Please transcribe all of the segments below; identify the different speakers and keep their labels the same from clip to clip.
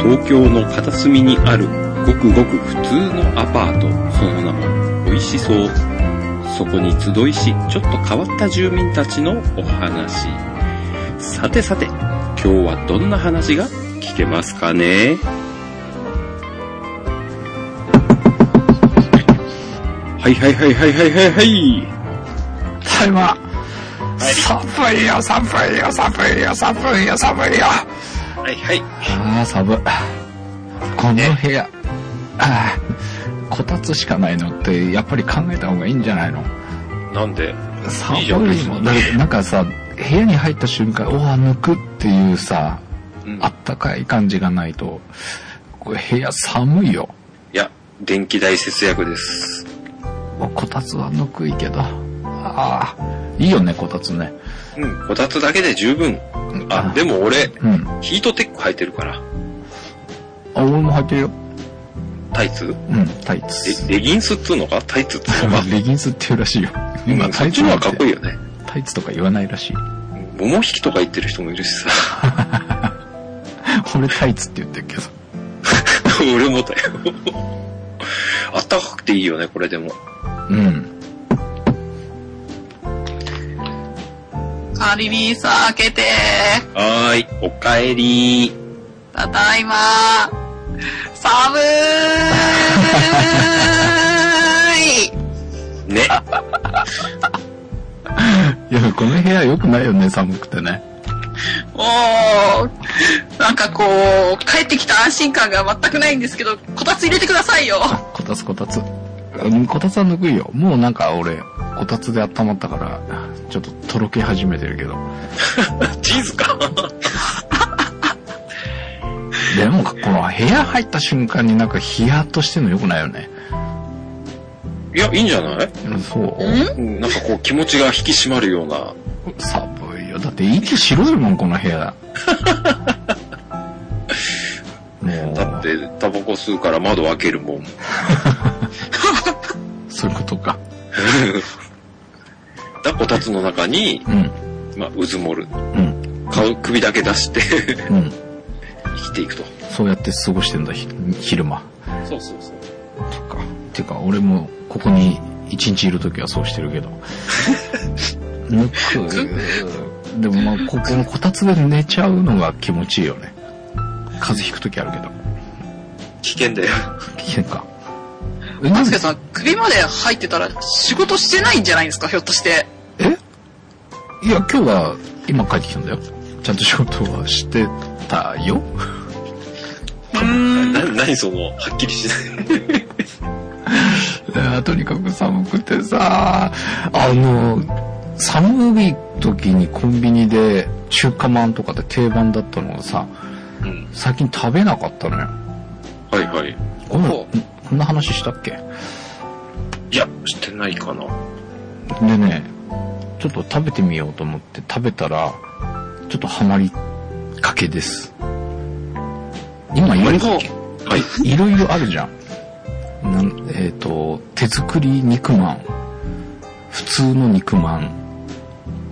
Speaker 1: 東京の片隅にあるごくごく普通のアパートその名も美味しそうそこに集いしちょっと変わった住民たちのお話さてさて今日はどんな話が聞けますかねはいはいはいはいはいはいはい
Speaker 2: ただいま寒いよ寒いよ寒いよ寒いよ寒いよ
Speaker 1: はいはい
Speaker 2: ああ寒いこの部屋ああこたつしかないのってやっぱり考えた方がいいんじゃないの
Speaker 1: なんで
Speaker 2: 寒
Speaker 1: いい
Speaker 2: い
Speaker 1: じゃ
Speaker 2: も
Speaker 1: ん
Speaker 2: ん
Speaker 1: 別に
Speaker 2: だってなんかさ部屋に入った瞬間うわ抜くっていうさ
Speaker 1: うん
Speaker 2: あったかい感じがないとこれ部屋寒いよ
Speaker 1: いや、電気代節約です。
Speaker 2: こたつはぬくいけどああいいよねこたつね
Speaker 1: うん、こたつだけで十分。あ、でも俺、
Speaker 2: うん
Speaker 1: ヒートテック履いてるから。
Speaker 2: あ俺も履いてるよ
Speaker 1: タイツ
Speaker 2: うんタイツ
Speaker 1: レレギンスっつうのかタイツっつうの
Speaker 2: まあ
Speaker 1: か
Speaker 2: レギンスっていうらしいよ。
Speaker 1: うんそっちの方がかっこいい
Speaker 2: い。
Speaker 1: よね。
Speaker 2: タイツとか言わないらしい。
Speaker 1: 桃引きとか言ってる人もいるしさ。
Speaker 2: 俺タイツって言ってるけど。
Speaker 1: 俺もだよ。 あったかくていいよね、これでも。
Speaker 2: うん。
Speaker 3: カリリーさ開けて
Speaker 1: はーい、おかえり。
Speaker 3: ただいま寒 ー
Speaker 1: ね。
Speaker 2: いや、この部屋良くないよね、寒くてね。
Speaker 3: いおーなんかこう、帰ってきた安心感が全くないんですけど、こたつ入れてくださいよ
Speaker 2: こたつこたつ。うんこたつはぬくいよ。もうなんか俺、こたつで温まったから、ちょっととろけ始めてるけど。
Speaker 1: チーズか。
Speaker 2: でも、この部屋入った瞬間になんかヒヤッとしてんの良くないよね。
Speaker 1: いや、いいんじゃない
Speaker 2: うんそう。
Speaker 3: ん
Speaker 1: うん、なんかこう気持ちが引き締まるような。
Speaker 2: 寒いよ。だって息白いもん、この部 屋。もう。
Speaker 1: だって、タバコ吸うから窓開けるもん。
Speaker 2: そういうことか。
Speaker 1: だ、こたつの中に、
Speaker 2: うん。
Speaker 1: まあ、うずもる。
Speaker 2: うん。
Speaker 1: 顔、首だけ出して、
Speaker 2: うん。
Speaker 1: 生きていくと。
Speaker 2: そうやって過ごしてんだ、ひ昼間。
Speaker 1: そうそうそう。
Speaker 2: とか。てか、俺もここに一日いるときはそうしてる けど。ぬく。でもまあ、ここのこたつで寝ちゃうのが気持ちいいよね。風邪ひくときあるけど。
Speaker 1: 危険だよ。
Speaker 2: 危険か。え、な
Speaker 3: マ
Speaker 2: ん
Speaker 3: ス
Speaker 2: で
Speaker 3: ケさん、首まで入ってたら仕事してないんじゃないですか、ひょっとして。
Speaker 2: いや、今日は、今帰ってきたんだよ。ちゃんと仕事はしてたよ。
Speaker 3: うーん。
Speaker 1: な、何その、はっきりしない。
Speaker 2: いやとにかく寒くてさ、あの、寒い時にコンビニで中華まんとかで定番だったのがさ、
Speaker 1: うん。
Speaker 2: 最近食べなかったのよ。
Speaker 1: はいはい。
Speaker 2: これ
Speaker 3: ほ
Speaker 2: こんな話したっけ
Speaker 1: いや、してないかな。
Speaker 2: でね、ちょっと食べてみようと思って食べたら、ちょっとハマりかけです。今いろいろ、
Speaker 1: はい。
Speaker 2: いろいろあるじゃん。なんえっ、と、手作り肉まん、普通の肉まん、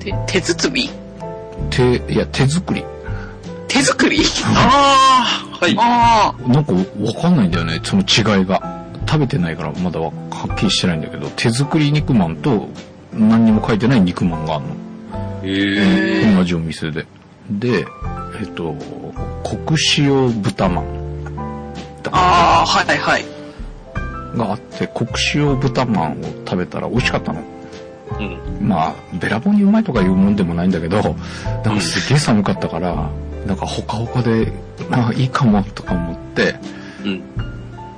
Speaker 3: 手、手包み
Speaker 2: 手、いや、手作り。
Speaker 3: 手 作り
Speaker 1: ああはい。
Speaker 3: ああ。
Speaker 2: なんかわかんないんだよね、その違いが。食べてないからまだははっきりしてないんだけど、手作り肉まんと何にも書いてない肉まんがあるの。
Speaker 1: ええ
Speaker 3: へー
Speaker 2: 同じお店で。で、えっと、黒塩豚まん
Speaker 3: ああ、はいはい。
Speaker 2: があって、黒塩豚まんを食べたら美味しかったの。
Speaker 1: うん。
Speaker 2: まあ、べらぼうにうまいとかいうもんでもないんだけど、なんかすげえ寒かったから、なんかほかほかで、あいいかもとか思って、
Speaker 1: うん。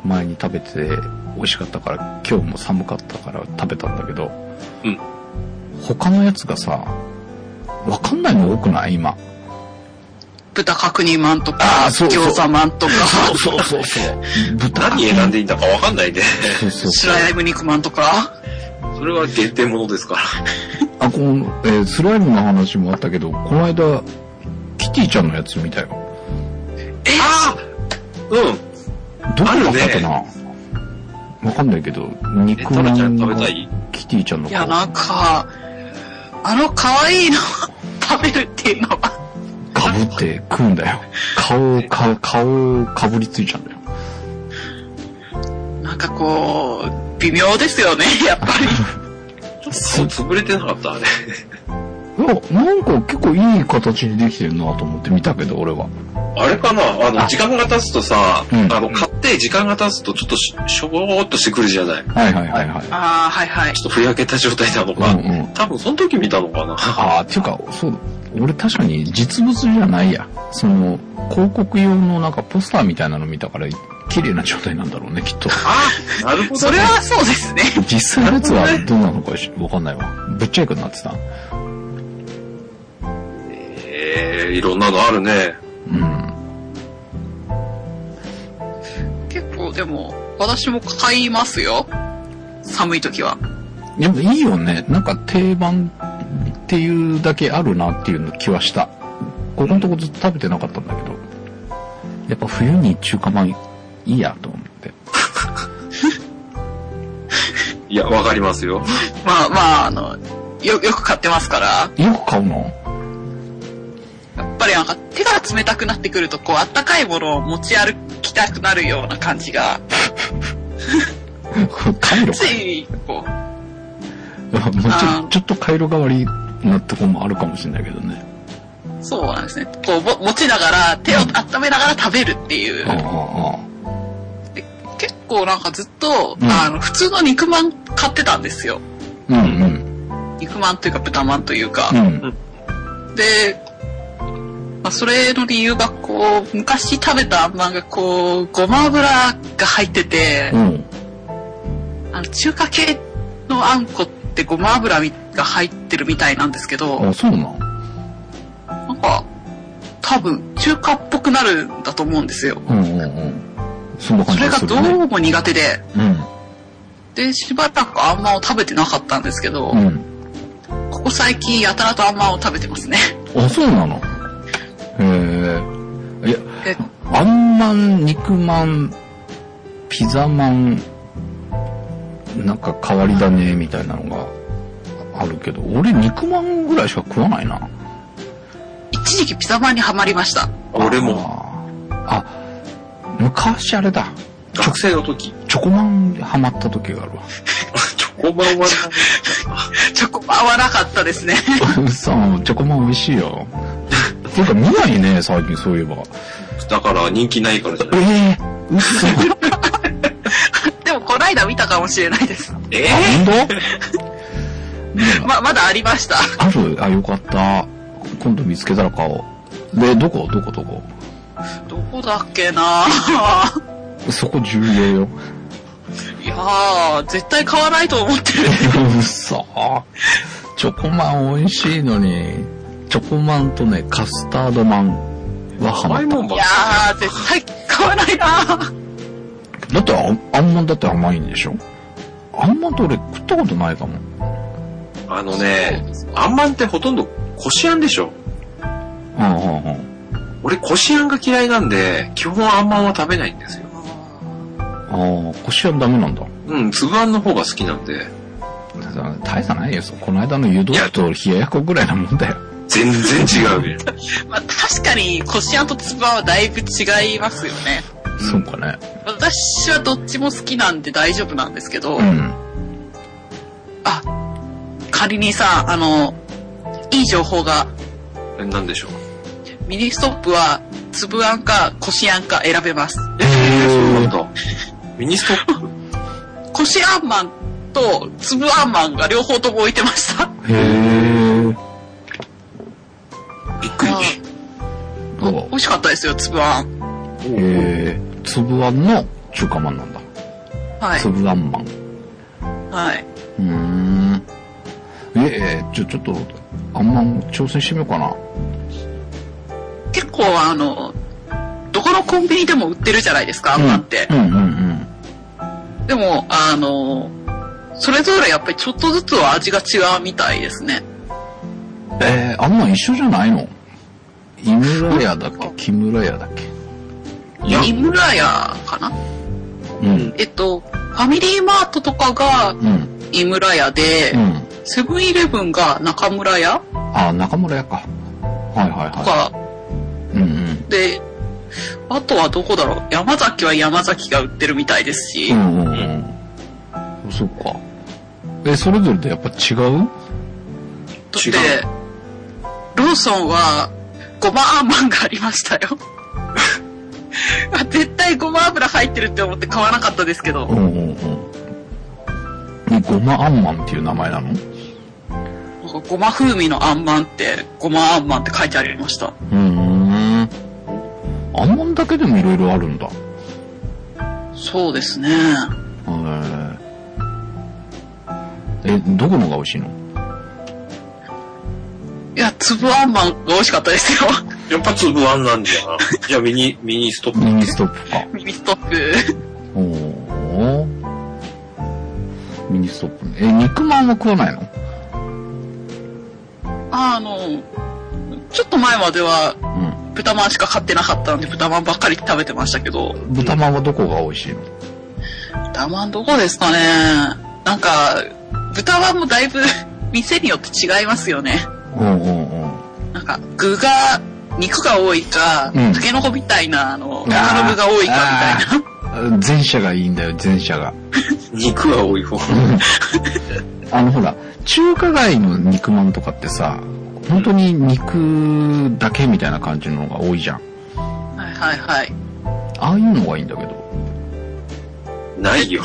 Speaker 2: 前に食べて美味しかったから今日も寒かったから食べたんだけど、
Speaker 1: うん
Speaker 2: 他のやつがさわかんないの多くない今
Speaker 3: 豚角煮まんとか
Speaker 2: あー、そうそう
Speaker 3: 餃子まんとか、
Speaker 2: そうそうそう 豚
Speaker 1: 何選んでいいんだかわかんないね。
Speaker 2: そうそう
Speaker 3: 白焼き肉まんとか。
Speaker 1: それは限定ものですから。
Speaker 2: あこの、えースライムの話もあったけどこの間キティちゃんのやつ見たよ
Speaker 1: ああうん。
Speaker 2: どこだった
Speaker 1: あ
Speaker 2: か
Speaker 1: る
Speaker 2: なわ、かんないけど
Speaker 1: え、
Speaker 2: 肉
Speaker 1: タ
Speaker 2: ま
Speaker 1: ラちゃん
Speaker 2: ん
Speaker 1: 食べ
Speaker 2: が
Speaker 1: たい
Speaker 2: キティちゃんの
Speaker 3: いや、
Speaker 2: 顔
Speaker 3: なんか、あの可愛いの食べるっていうのは、
Speaker 2: かぶって食うんだよ顔を、か、顔をかぶりついちゃうんだよ。
Speaker 3: なんかこう、微妙ですよね、 やっぱり。
Speaker 1: ちょっと潰れてなか った、あれ。
Speaker 2: いや、なんか結構いい形にできてるなと思って見たけど、俺は。
Speaker 1: あれかなあの、時間が経つとさ、
Speaker 2: うん
Speaker 1: あの、買って時間が経つとちょっとししょぼーっとしてくるじゃないちょ
Speaker 2: はいはいはいはい。
Speaker 3: ああ、はいはい。
Speaker 1: っとふやけた状態なのか。
Speaker 2: うんうん
Speaker 1: 多分その時見たのかな。
Speaker 2: ああ、ていうか、そうだ。俺確かに実物じゃないや。その、広告用のなんかポスターみたいなの見たから、綺麗な状態なんだろうね、きっ と。
Speaker 1: あ なるほど、
Speaker 3: それはそうですね。
Speaker 2: 実際のやつはどうなのかしわかんないわ。ぶっちゃいくなってた。
Speaker 1: えー、いろんなのあるね。
Speaker 2: うん。
Speaker 3: 結構でも、私も買いますよ。寒い時は。
Speaker 2: でもいいよね。なんか定番っていうだけあるなっていうの気はした。ここのとこずっと食べてなかったんだけど。やっぱ冬に中華まんいいやと思って。
Speaker 1: いや、わかりますよ。
Speaker 3: まあまあ、あの、よ、よく買ってますから、
Speaker 2: よく買う の
Speaker 3: やっぱりなんか手が冷たくなってくると、こう、あったかいものを持ち歩きたくなるような感じが、
Speaker 2: 回路
Speaker 3: つい、こ
Speaker 2: も
Speaker 3: う、
Speaker 2: うち
Speaker 3: あ
Speaker 2: ょ
Speaker 3: ー
Speaker 2: ちょっと回路代わりなとこもあるかもしれないけどね。
Speaker 3: そうなんですね。こう、も持ちながら、手を温めながら食べるっていう。
Speaker 2: ああああ
Speaker 3: 結構なんかずっと、
Speaker 2: うん
Speaker 3: あの、普通の肉まん買ってたんですよ。
Speaker 2: うんうん。
Speaker 3: 肉まんというか豚まんというか
Speaker 2: う。ん。
Speaker 3: で、まあ、それの理由がこう、昔食べたあんまんがこう、ごま油が入ってて
Speaker 2: う、ん。
Speaker 3: あの、中華系のあんこってごま油が入ってるみたいなんですけど、
Speaker 2: あ、そうなん。
Speaker 3: なんか、多分、中華っぽくなるんだと思うんですよ。
Speaker 2: うんうんうん。そんな感
Speaker 3: そ
Speaker 2: じ
Speaker 3: れ
Speaker 2: が
Speaker 3: が
Speaker 2: する
Speaker 3: ど
Speaker 2: ね。
Speaker 3: うも苦手で、
Speaker 2: うん。
Speaker 3: で、しばらくあんまんを食べてなかったんですけど、
Speaker 2: うん。
Speaker 3: ここ最近やたらとあんまんを食べてますね。
Speaker 2: あ、そうなの。へえ。いや、
Speaker 3: で
Speaker 2: あんまん、肉まん、ピザまん、なんか変わりだね、みたいなのがあるけど、俺肉まんぐらいしか食わないな。
Speaker 3: 一時期ピザまんにはまりました。
Speaker 1: 俺も、
Speaker 2: あー。あ、昔あれだ。
Speaker 1: 学生の時、
Speaker 2: チョコまんハマった時があるわ。
Speaker 1: チョコバンは
Speaker 3: チョコパンはなかったですね。
Speaker 2: 嘘、チョコまん美味しいよ。ていうか見ないね、最近そういえば。
Speaker 1: だから人気ないからじゃない。
Speaker 2: ええー、嘘。
Speaker 3: でも、こないだ見たかもしれないです。
Speaker 1: え
Speaker 2: あ、
Speaker 1: ー
Speaker 2: 本当？ねえ
Speaker 3: ま、まだありました。
Speaker 2: あるあ、よかった。今度見つけたら買おう。で、どこどこどこ
Speaker 3: どこだっけな
Speaker 2: そこ重要よ。
Speaker 3: いやー、絶対買わないと思ってる。
Speaker 2: 嘘。チョコまん美味しいのに、チョコまんとね、カスタードまんはハマ
Speaker 1: 甘い
Speaker 2: っ
Speaker 1: もん
Speaker 2: た。
Speaker 1: ばっ
Speaker 3: いや
Speaker 1: か
Speaker 3: ー、絶対買わない な
Speaker 2: だってあ、あんまんだって甘いんでしょあんまんと俺食ったことないかも。
Speaker 1: あのね、あんまんってほとんどこしあんでしょ
Speaker 2: うんうんうん。
Speaker 1: 俺、こしあんが嫌いなんで、基本あんまんは食べないんですよ。
Speaker 2: ああ、こしあんダメなんだ。
Speaker 1: うん、粒あんの方が好きなんで、
Speaker 2: 大差ないよ。そこの間の湯豆腐と冷ややっこぐらいなもんだよ。
Speaker 1: 全然違う。
Speaker 3: まあ、確かに、こしあんとつばはだいぶ違いますよね。
Speaker 2: そうかね。
Speaker 3: 私はどっちも好きなんで大丈夫なんですけど、
Speaker 2: うん。
Speaker 3: あ、仮にさ、あの、いい情報が、
Speaker 1: え なんでしょう。
Speaker 3: ミニストップは、つぶあんか、こしあんか選べます。
Speaker 1: えー、そうなんだ。ミニストップ
Speaker 3: こしあんまんと、つぶあんまんが両方とも置いてました。
Speaker 2: へえ。
Speaker 1: びっくり。
Speaker 3: 美味しかったですよ、つぶあん。
Speaker 2: えー、つぶあんの中華まんなんだ。
Speaker 3: はい
Speaker 2: つ。ぶあんまん。う
Speaker 3: はい。
Speaker 2: ーん。えー、ちょ、ちょっと、あんまん挑戦してみようかな。
Speaker 3: 結構、あの、どこのコンビニでも売ってるじゃないですか、あんまんって
Speaker 2: う。んうんうん。
Speaker 3: でも、あの、それぞれやっぱりちょっとずつは味が違うみたいですね。
Speaker 2: えー、あんまん一緒じゃないの井村屋だっけ木村屋だっけ
Speaker 1: いや
Speaker 3: 井村屋かな
Speaker 2: うん。
Speaker 3: えっと、ファミリーマートとかが
Speaker 2: うん。
Speaker 3: 井村屋で、
Speaker 2: うん。
Speaker 3: セブンイレブンが中村屋
Speaker 2: あ、中村屋か。はいはい
Speaker 3: と
Speaker 2: は
Speaker 3: か
Speaker 2: い。うんうん。
Speaker 3: で、あとはどこだろう山崎は山崎が売ってるみたいですし、
Speaker 2: うんうんうん。そっか。え、それぞれでやっぱ違う
Speaker 3: だってローソンはごまあんまんがありましたよ あ絶対ごま油入ってるって思って買わなかったですけど、
Speaker 2: うんうんうん。え、ごまあんまんっていう名前なの
Speaker 3: なんかごま風味のあんまんってごまあんまんって書いてありました
Speaker 2: うん。あんまんだけでもいろいろあるんだ。へ
Speaker 3: そうですね
Speaker 2: え。え、どこのが美味しいの
Speaker 3: いや粒あんまんが美味しかったですよ
Speaker 1: やっぱ粒あんなんじゃな。じゃあミニ、ミニストップ。
Speaker 2: ミニストップか。
Speaker 3: ミニストップ
Speaker 2: おお。ミニストップね。え、肉まんは食わないの
Speaker 3: ああのちょっと前までは
Speaker 2: う
Speaker 3: 豚まんしか買ってなかったんで豚まんばっかり食べてましたけど
Speaker 2: ん。豚まんはどこが美味しいの
Speaker 3: 豚まんどこですかねなんか、豚まんもだいぶ 店によって違いますよね。
Speaker 2: うんうんうん。
Speaker 3: なんか、具が、肉が多いか、
Speaker 2: うん
Speaker 3: タケノコみたいな、あの、
Speaker 2: ー
Speaker 3: タカの具が多いかみたいな。
Speaker 2: 前者がいいんだよ、前者が。
Speaker 1: 肉は多い方。
Speaker 2: あのほら、中華街の肉まんとかってさ、本当に肉だけみたいな感じのが多いじゃん。
Speaker 3: はいはいはい。
Speaker 2: ああいうのがいいんだけど。
Speaker 1: ない よ。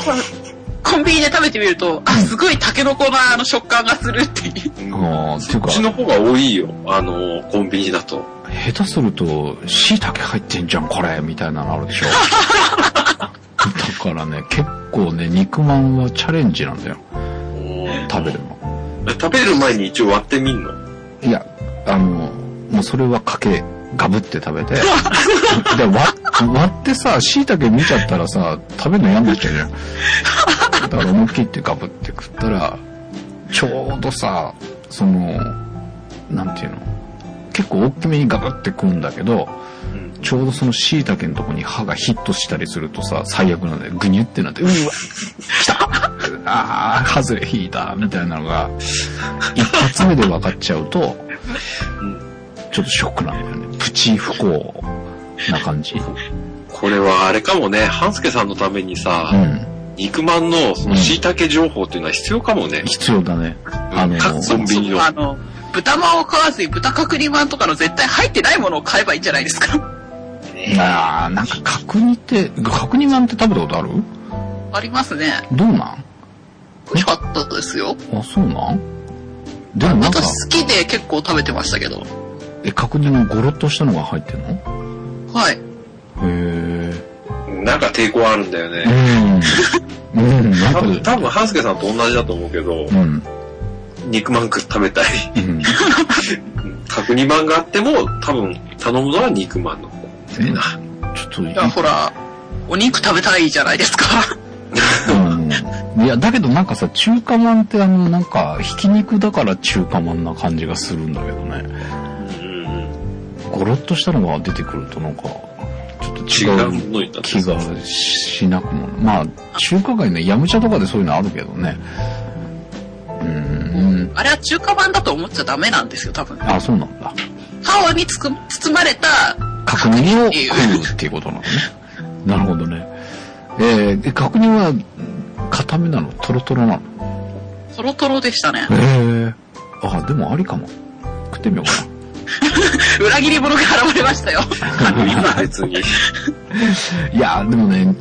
Speaker 3: コンビニで食べてみると、あ、すごいタケノコのあの食感がするっていう。
Speaker 2: ああ、っていう
Speaker 1: こ
Speaker 2: か
Speaker 1: っ、ちの方が多いよ。あの、コンビニだと。
Speaker 2: 下手すると、椎茸入ってんじゃん、これみたいなのあるでしょ。だからね、結構ね、肉まんはチャレンジなんだよ。食べるの。
Speaker 1: 食べる前に一応割ってみんの。
Speaker 2: いや、あの、もうそれはかけ、ガブって食べて。で、割割ってさ、椎茸見ちゃったらさ、食べるの嫌になっちゃうじゃん。だから思いっきりってガブって食ったら、ちょうどさ、その、なんていうの、結構大きめにガブって食うんだけど、
Speaker 1: ん
Speaker 2: ちょうどその椎茸のとこに歯がヒットしたりするとさ、最悪なんだよ。ぐにゅってなって、うわ、来た あー、外れ引いたみたいなのが、一発目で分かっちゃうと、ちょっとショックなんだよね。プチ不幸な感じ。
Speaker 1: これはあれかもね、半助さんのためにさ、
Speaker 2: うん。
Speaker 1: 肉まんのその
Speaker 2: うん
Speaker 1: 椎茸情報っていうのは必要かもね。
Speaker 2: 必要だね。あの、
Speaker 1: 各コンビニの
Speaker 3: そう。あの、豚まんを買わずに豚角煮まんとかの絶対入ってないものを買えばいいんじゃないですか。
Speaker 2: あーなんか角煮って、角煮まんって食べたことある
Speaker 3: ありますね。
Speaker 2: どうなん
Speaker 3: 美味しかったですよ。
Speaker 2: あ、そうなんでもなんか、
Speaker 3: 私好きで結構食べてましたけど。
Speaker 2: え、角煮のゴロッとしたのが入ってんのへ
Speaker 3: はい。
Speaker 2: え。
Speaker 1: なんか抵抗あるんだよね。
Speaker 2: うん。うん、なん
Speaker 1: 多
Speaker 2: か、
Speaker 1: 分、多分、半助さんと同じだと思うけど
Speaker 2: う、ん。
Speaker 1: 肉まん食食べたい。
Speaker 2: うん。
Speaker 1: 角煮まんがあっても、多分、頼むのは肉まんの方。みたいな。
Speaker 2: ちょっとい
Speaker 3: いや、ほら、お肉食べたいじゃないですか。
Speaker 2: うんいや、だけどなんかさ、中華まんってあの、なんか、ひき肉だから中華まんな感じがするんだけど
Speaker 1: う
Speaker 2: ね。
Speaker 1: んうん
Speaker 2: ゴロッとしたのが出てくるとなんか、ちょっと
Speaker 1: 違
Speaker 2: 違
Speaker 1: う
Speaker 2: う
Speaker 1: ものになって
Speaker 2: 気がしなくもないまあ、中華街ね、ヤムチャとかでそういうのあるけどね。うん。
Speaker 3: あれは中華版だと思っちゃダメなんですよ、多分。
Speaker 2: あ、そうなんだ。
Speaker 3: ハワにつく包まれた、
Speaker 2: 確認を食うっていうことなのね。なるほどね。えー、え確認は、固めなのトロトロなの
Speaker 3: トロトロでしたね。
Speaker 2: へえ。あ、でもありかも。食ってみようかな。
Speaker 3: 裏切り者が現れましたよ。
Speaker 1: 今別 に。
Speaker 2: いやーでもね、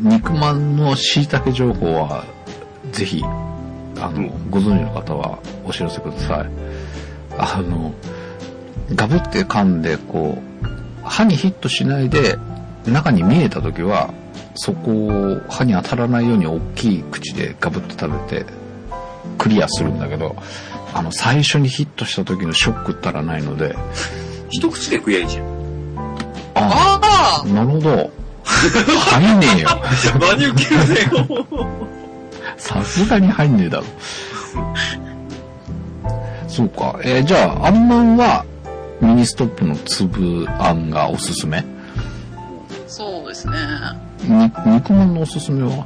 Speaker 2: 肉まんの椎茸情報は、ぜひ、あの、
Speaker 1: うん
Speaker 2: ご存知の方はお知らせください。あの、ガブって噛んで、こう、歯にヒットしないで、中に見えた時は、そこを歯に当たらないように大きい口でガブって食べて、クリアするんだけど、あの、最初にヒットした時のショックったらないので、
Speaker 1: 一口で食えんじゃん。
Speaker 2: あ
Speaker 3: あ
Speaker 2: あ、なるほど。入んねえよ。
Speaker 1: 真に受けるね、も
Speaker 2: さすがに入んねえだろ。そうか。えーじゃあ、あんまんは、ミニストップの粒あんがおすすめ
Speaker 3: あ、そうですね。
Speaker 2: に肉まんのおすすめは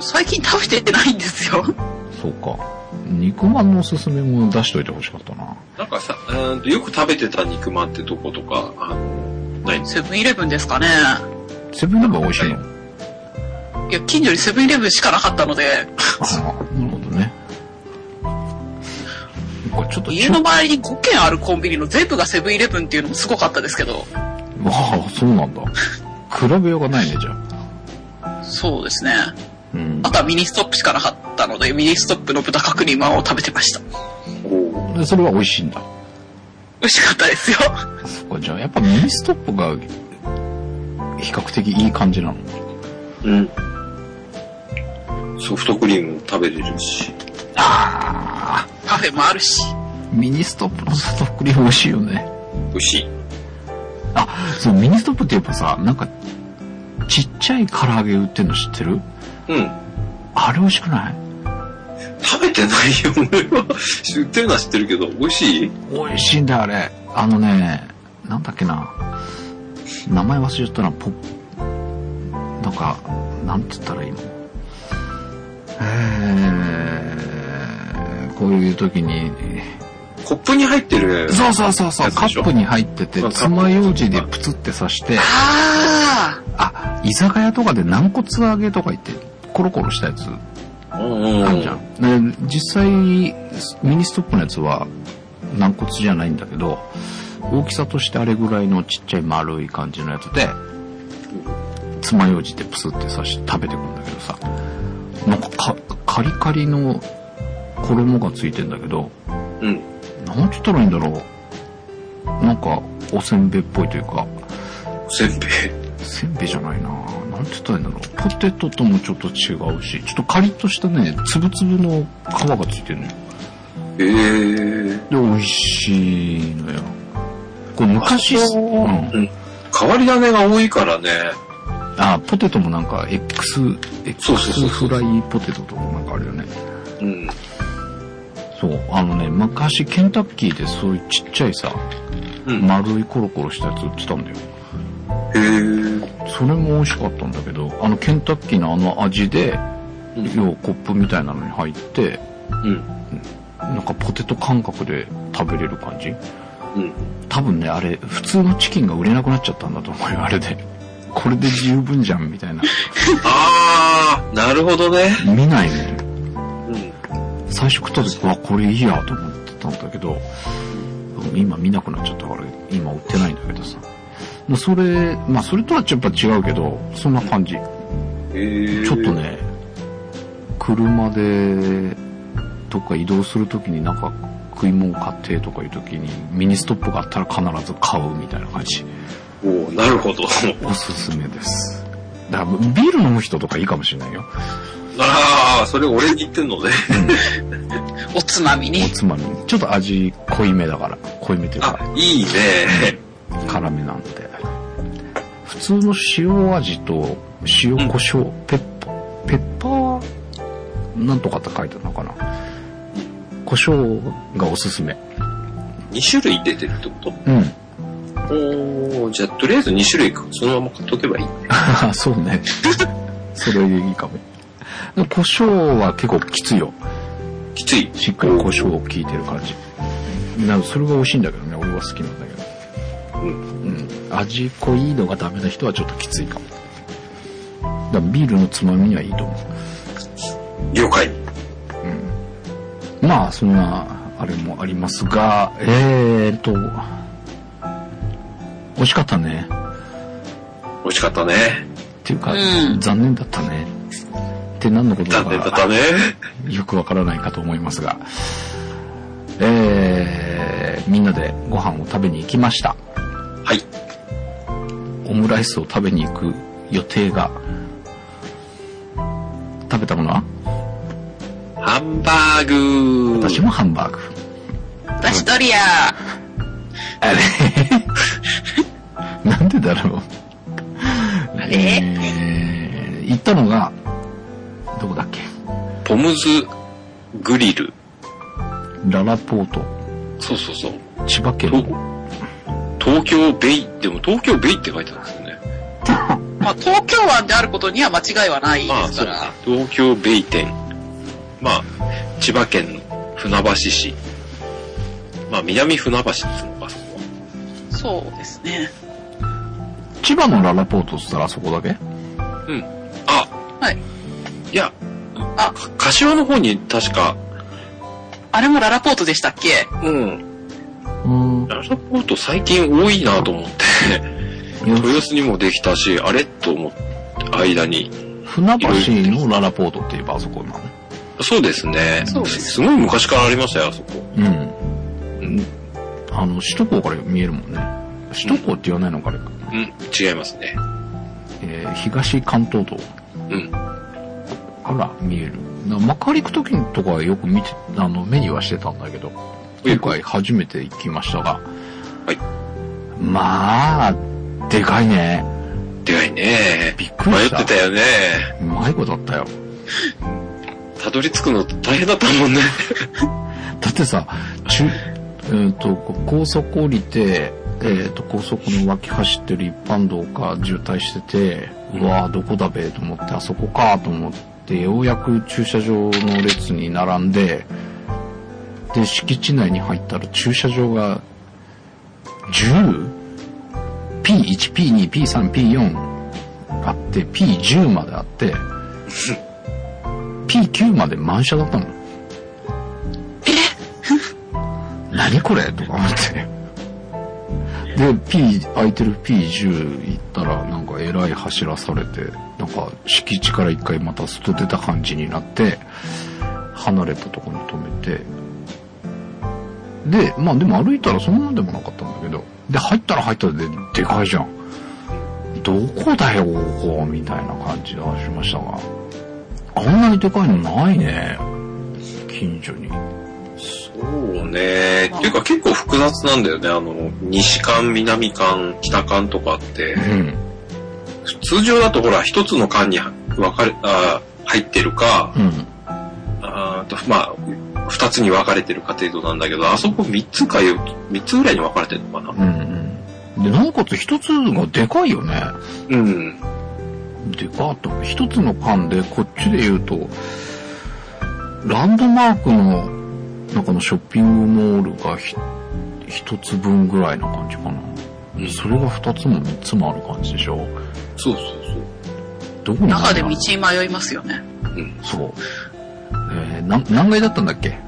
Speaker 3: 最近食べてないんですよ。
Speaker 2: そうか。肉まんのおすすめも出しといてほしかったな。
Speaker 1: うなんかさ、うーんとよく食べてた肉まんってとことか、あの、ないんです
Speaker 3: セブンイレブンですかね。
Speaker 2: セブンイレブン美味しいの
Speaker 3: いや、近所にセブンイレブンしかなかったので、
Speaker 2: ああ、なるほどね。なんかちょっと
Speaker 3: 家の周りに5軒あるコンビニの全部がセブンイレブンっていうのもすごかったですけど、
Speaker 2: ああ、そうなんだ。比べようがないね、じゃあ。
Speaker 3: そうですね。
Speaker 2: うん
Speaker 3: あ。とはミニストップしかなかったので、ミニストップの豚角煮まんを食べてました。
Speaker 1: お
Speaker 2: でそれは美味しいんだ。
Speaker 3: 美味しかったですよ。
Speaker 2: そっか、じゃあやっぱミニストップが比較的いい感じなの。
Speaker 1: うん。ソフトクリーム食べれるし。
Speaker 2: ああ、
Speaker 3: カフェもあるし。
Speaker 2: ミニストップのソフトクリーム美味しいよね。
Speaker 1: 美味しい。
Speaker 2: あ、そう、ミニストップってやっぱさ、なんか、ちっちゃい唐揚げ売ってんの知ってる
Speaker 1: うん。
Speaker 2: あれ美味しくない
Speaker 1: 食べてないよ、俺は。知ってるのは知ってるけど、美味しい
Speaker 2: 美味しいんだよ、あれ。あのね、なんだっけな。名前忘れちゃったな、ポッ、なんか、なんつったらいいのえー、こういう時に、
Speaker 1: コップに入ってる。
Speaker 2: そうそうそうそう、
Speaker 1: やつ
Speaker 2: カ
Speaker 1: でし
Speaker 2: ッ
Speaker 1: ょ
Speaker 2: プに入ってて
Speaker 1: そ、うカップ
Speaker 2: 爪楊枝でプツって刺して、
Speaker 3: あ
Speaker 2: あ、居酒屋とかで軟骨揚げとか言って、コロコロしたやつ
Speaker 1: うんうん
Speaker 2: あるじゃん。で実際、ミニストップのやつは軟骨じゃないんだけど、大きさとしてあれぐらいのちっちゃい丸い感じのやつで、爪楊枝でプスって刺して食べてくんだけどさ、なんかかカリカリの衣がついてんだけど、
Speaker 1: うん。
Speaker 2: なんて言ったらいいんだろう。なんか、おせんべいっぽいというか、
Speaker 1: せんべい。
Speaker 2: せんべいじゃないななんて言ったらいいんだろう。ポテトともちょっと違うし、ちょっとカリッとしたね、つぶつぶの皮がついてるのよ。
Speaker 1: えー。
Speaker 2: で、美味しいのよ。これ昔、
Speaker 1: あそう
Speaker 2: うん。
Speaker 1: 変わり種が多いからね。
Speaker 2: あ、ポテトもなんか X、
Speaker 1: そうそう
Speaker 2: X
Speaker 1: そう
Speaker 2: フライポテトとかなんかあるよね。
Speaker 1: うん。
Speaker 2: そう、あのね、昔ケンタッキーでそういうちっちゃいさ、
Speaker 1: うん。
Speaker 2: 丸いコロコロしたやつ売ってたんだよ。
Speaker 1: へー。
Speaker 2: それも美味しかったんだけど、あのケンタッキーのあの味で、
Speaker 1: うん
Speaker 2: 要はコップみたいなのに入って、
Speaker 1: うん。
Speaker 2: なんかポテト感覚で食べれる感じ
Speaker 1: うん。
Speaker 2: 多分ね、あれ、普通のチキンが売れなくなっちゃったんだと思うよ、あれで。これで十分じゃん、みたいな。
Speaker 1: あー、なるほどね。
Speaker 2: 見ないね。
Speaker 1: うん。
Speaker 2: 最初食った時、わ、これいいやと思ってたんだけど、今見なくなっちゃったから、今売ってないんだけどさ。まあそれ、まあそれとはやっぱ違うけど、そんな感じ。ち
Speaker 1: えー。
Speaker 2: ょっと。ね、車で、とか移動するときになんか食い物買ってとかいうときに、ミニストップがあったら必ず買うみたいな感じ。
Speaker 1: おーなるほど。
Speaker 2: おすすめです。だからビール飲む人とかいいかもしれないよ。
Speaker 1: あー、それ俺に言ってんのね。
Speaker 3: あ、おつまみ
Speaker 2: お
Speaker 3: に。
Speaker 2: つまみ。ちょっと味濃いめだから。濃いめというか、
Speaker 1: あ、いいね。
Speaker 2: 辛めなんで。普通の塩味と塩胡椒、ペッパー、ペッパー、なんとかって書いてあるのかな。胡椒がおすすめ。
Speaker 1: 2種類出てるってこと
Speaker 2: うん。
Speaker 1: おー、じゃあとりあえず2種類か。そのまま買っとけばいい。
Speaker 2: あそうね。それいいかも。でも胡椒は結構きついよ。
Speaker 1: きつい。
Speaker 2: しっかり胡椒を効いてる感じ。なんかそれが美味しいんだけどね、俺は好きなんだけど。
Speaker 1: うん
Speaker 2: うん。味濃いのがダメな人はちょっときついかも。だからビールのつまみにはいいと思
Speaker 1: 了解。
Speaker 2: う。まあ、そんな、あれもありますが、えーっと、美味しかったね。
Speaker 1: 美味しかったね。
Speaker 2: っていうか、
Speaker 3: うん
Speaker 2: 残念だったね。って何のことだ
Speaker 1: 残
Speaker 2: か
Speaker 1: 念だったね。
Speaker 2: よくわからないかと思いますが、えー、みんなでご飯を食べに行きました。
Speaker 1: はい。
Speaker 2: オムライスを食べに行く予定が。食べたものは
Speaker 1: ハンバーグ
Speaker 2: 私もハンバーグ。
Speaker 3: 私ドリア。
Speaker 2: あれ なんでだろう。
Speaker 3: あれ
Speaker 2: えー、行ったのが、どこだっけ
Speaker 1: ポムズグリル。
Speaker 2: ララポート、
Speaker 1: そうそうそう。
Speaker 2: 千葉県
Speaker 1: 東東京ベイ、でも東京ベイって書いてあるんですよね。
Speaker 3: まあ、東京湾であることには間違いはないで
Speaker 1: まあ
Speaker 3: す
Speaker 1: そ
Speaker 3: か
Speaker 1: う
Speaker 3: ら。
Speaker 1: か。東京ベイ店。まあ、千葉県の船橋市。まあ、南船橋っていうのか、そこは
Speaker 3: そうですね。
Speaker 2: 千葉のララポートっつったらあそこだけ
Speaker 1: あ、
Speaker 3: はい。
Speaker 1: いや、
Speaker 3: あ
Speaker 1: あ、柏の方に確か、
Speaker 3: あれもララポートでしたっけ
Speaker 1: うん、
Speaker 2: うん。
Speaker 1: ララポート最近多いなと思って、豊洲にもできたし、あれと思って、間に。
Speaker 2: 船橋のララポートって言えばあそこなの
Speaker 1: そうですね。
Speaker 3: そうです
Speaker 1: すごい昔からありましたよ、あそこ。
Speaker 2: うん。あの、首都高から見えるもんね。首都高って言わないのか、あれ。
Speaker 1: うん、違いますね。
Speaker 2: えー東関東道。
Speaker 1: うん。
Speaker 2: から見える。な幕張行くときとかはよく見て、あの、目にはしてたんだけど、今回初めて行きましたが、
Speaker 1: はい。
Speaker 2: まあ、でかいね。
Speaker 1: でかいね。
Speaker 2: びっくり
Speaker 1: 迷っ
Speaker 2: した。
Speaker 1: てたよね。
Speaker 2: うまい子だったよ。
Speaker 1: たどり着くの大変だったもんね。
Speaker 2: だってさ、中、うんと、こう高速降りて、えっ、と、高速の脇走ってる一般道か渋滞してて、うわぁ、どこだべと思って、あそこかと思って、ようやく駐車場の列に並んで、で、敷地内に入ったら駐車場が 10?P1、P2、P3、P4 あって、P10 まであって、P9 まで満車だったの。何これとか思って。で、P、空いてる P10 行ったら、なんかえらい走らされて、なんか敷地から一回また外出た感じになって、離れたとこに止めて、で、まあでも歩いたらそんなんでもなかったんだけど、で、入ったら入ったで、でかいじゃん。どこだよ、ここ、みたいな感じで走りましたが、あんなにでかいのないね、近所に。
Speaker 1: そうね。っていうか結構複雑なんだよね。あの、西館、南館、北館とかあって。
Speaker 2: うん。
Speaker 1: 通常だとほら、一つの缶に分かれ、あー入ってるか、
Speaker 2: うん。
Speaker 1: あーとまあ、二つに分かれてるか程度なんだけど、あそこ三つかよ、三つぐらいに分かれてるのかな。
Speaker 2: うんうん。で、なおかつ一つがでかいよね。
Speaker 1: うん。
Speaker 2: でかっと。一つの缶で、こっちで言うと、ランドマークの中のショッピングモールがひ一つ分ぐらいな感じかな。
Speaker 1: うん
Speaker 2: それが二つも三つもある感じでしょ。
Speaker 1: そうそうそう。
Speaker 2: どこにあ
Speaker 3: 中で
Speaker 2: る
Speaker 3: 道
Speaker 2: の
Speaker 3: に迷いますよね。
Speaker 2: そう。えー、なん何階だったんだっけ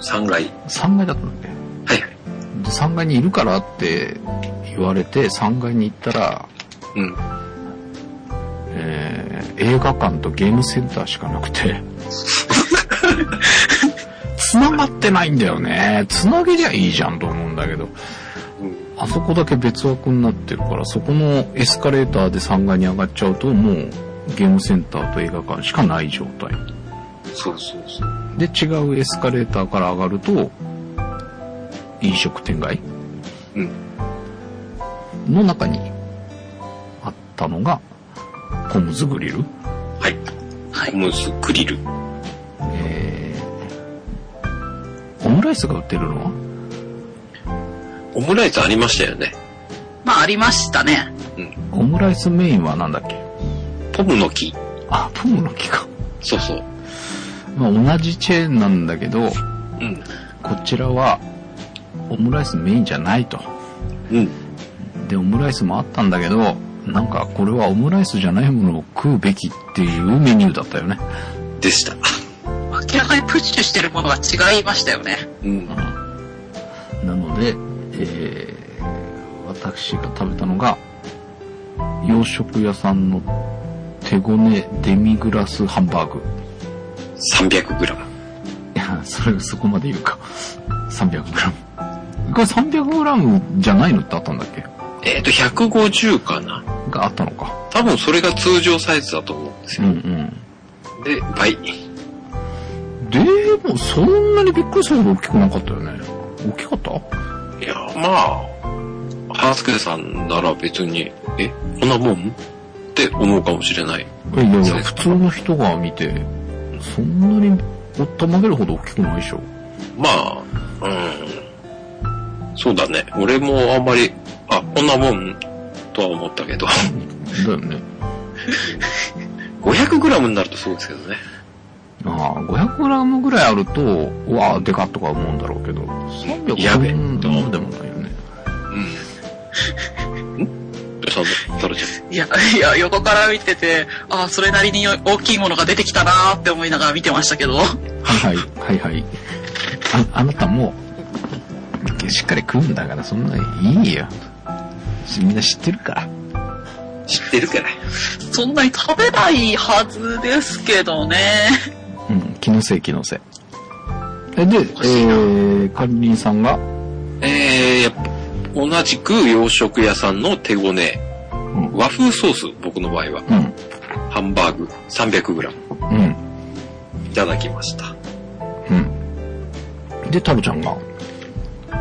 Speaker 1: 三階。
Speaker 2: ?3 階だったんだっけ
Speaker 1: はいはい。
Speaker 2: で3階にいるからって言われて3階に行ったら、
Speaker 1: うん。
Speaker 2: えー映画館とゲームセンターしかなくて。 繋がってないんだよね。繋げりゃいいじゃんと思うんだけど。
Speaker 1: うん
Speaker 2: あそこだけ別枠になってるから、そこのエスカレーターで3階に上がっちゃうと、もうゲームセンターと映画館しかない状態。
Speaker 1: そうそうそう。
Speaker 2: で、違うエスカレーターから上がると、飲食店街
Speaker 1: うん
Speaker 2: の中にあったのが、コムズグリル。
Speaker 1: はい。
Speaker 3: はい
Speaker 1: オ。ムズグリル。
Speaker 2: えー、オムライスが売ってるのは
Speaker 1: オムライスありましたよね。
Speaker 3: まあ、ありましたね。
Speaker 2: オムライスメインはなんだっけ
Speaker 1: ポムの木。
Speaker 2: あ、プムの木か。
Speaker 1: そうそう。
Speaker 2: まあ、同じチェーンなんだけど、
Speaker 1: うん。
Speaker 2: こちらはオムライスメインじゃないと。
Speaker 1: うん。
Speaker 2: で、オムライスもあったんだけど、なんかこれはオムライスじゃないものを食うべきっていうメニューだったよね。
Speaker 1: でした。
Speaker 3: 明らかにプッシュしてるものが違いましたよね。
Speaker 1: うん。
Speaker 2: なので、えー私が食べたのが、洋食屋さんの手ごねデミグラスハンバーグ。
Speaker 1: 300グラム。
Speaker 2: いや、それ、そこまで言うか。300グラム。これ300グラムじゃないのってあったんだっけ
Speaker 1: えっ、と、150かな。
Speaker 2: があったのか。
Speaker 1: 多分それが通常サイズだと思うんです
Speaker 2: う
Speaker 1: よ。
Speaker 2: んうん。
Speaker 1: で、倍。
Speaker 2: でも、そんなにびっくりするほど大きくなかったよね。大きかった
Speaker 1: いや、まあ、ハースケさんなら別に、え、こんなもんって思うかもしれない。
Speaker 2: いやいや
Speaker 1: そうです
Speaker 2: 普通の人が見て、そんなにおったまげるほど大きくないでしょ。
Speaker 1: まあ、うん。そうだね。俺もあんまり、あ、こんなもんとは思ったけど。
Speaker 2: だよね。
Speaker 1: 500グラムになるとそうですけどね。
Speaker 2: ああ、500グラムぐらいあると、うわあ、でかっとか思うんだろうけど、300グ
Speaker 1: や
Speaker 2: ラ
Speaker 1: べえ
Speaker 2: ムでもないよね。
Speaker 1: うん。んるじゃん。
Speaker 3: いや、いや、横から見てて、ああ、それなりに大きいものが出てきたなーって思いながら見てましたけど。
Speaker 2: はい、はい、はい。あ、あなたも、しっかり食うんだから、そんなんいいよ。みんな知ってるから。
Speaker 1: 知ってるから。
Speaker 3: そんなに食べないはずですけどね。
Speaker 2: うん、気のせい、気のせい。えで、え
Speaker 3: しいな
Speaker 2: ー、管理人さんが、
Speaker 1: えー、やっぱ、同じく洋食屋さんの手ごね、
Speaker 2: うん、
Speaker 1: 和風ソース、僕の場合は、
Speaker 2: うん、
Speaker 1: ハンバーグ 300g
Speaker 2: うん、
Speaker 1: いただきました。
Speaker 2: うん。で、太郎ちゃんが、